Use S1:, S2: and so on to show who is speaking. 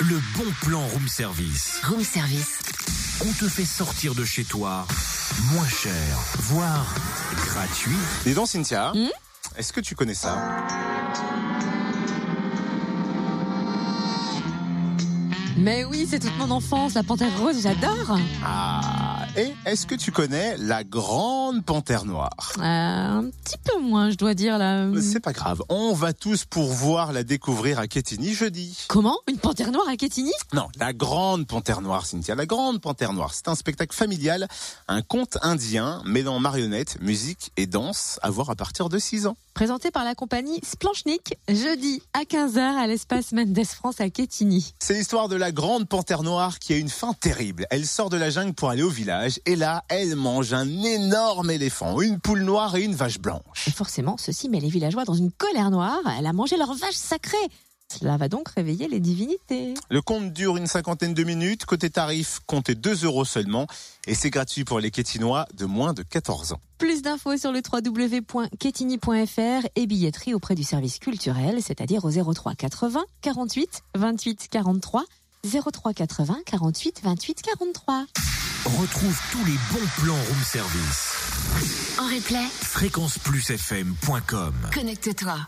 S1: Le bon plan room service.
S2: Room service.
S1: On te fait sortir de chez toi moins cher, voire gratuit.
S3: Dis donc, Cynthia, est-ce que tu connais ça
S4: Mais oui, c'est toute mon enfance, la panthère rose, j'adore. Euh,
S3: Ah, et est-ce que tu connais la grande panthère noire
S4: Euh, un petit peu moins, je dois dire là.
S3: Euh, C'est pas grave, on va tous pouvoir la découvrir à Quetigny jeudi.
S4: Comment Une panthère noire à Quetigny
S3: Non, la grande panthère noire, Cynthia, la grande panthère noire. C'est un spectacle familial, un conte indien mêlant marionnettes, musique et danse à voir à partir de 6 ans.
S4: Présenté par la compagnie Splanchnik, jeudi à 15h à l'espace Mendes France à Quetigny.
S3: C'est l'histoire de la grande panthère noire qui a une fin terrible. Elle sort de la jungle pour aller au village et là, elle mange un énorme éléphant, une poule noire et une vache blanche.
S4: Et forcément, ceci met les villageois dans une colère noire. Elle a mangé leur vache sacrée. Cela va donc réveiller les divinités.
S3: Le conte dure une cinquantaine de minutes. Côté tarif, comptez 2 euros seulement. Et c'est gratuit pour les Quétinois de moins de 14 ans.
S4: Plus d'infos sur le www.quetigny.fr et billetterie auprès du service culturel, c'est-à-dire au 03 80 48 28 43. 03 80 48 28 43.
S1: Retrouve tous les bons plans room service.
S2: En replay,
S1: fréquenceplusfm.com
S2: connecte-toi.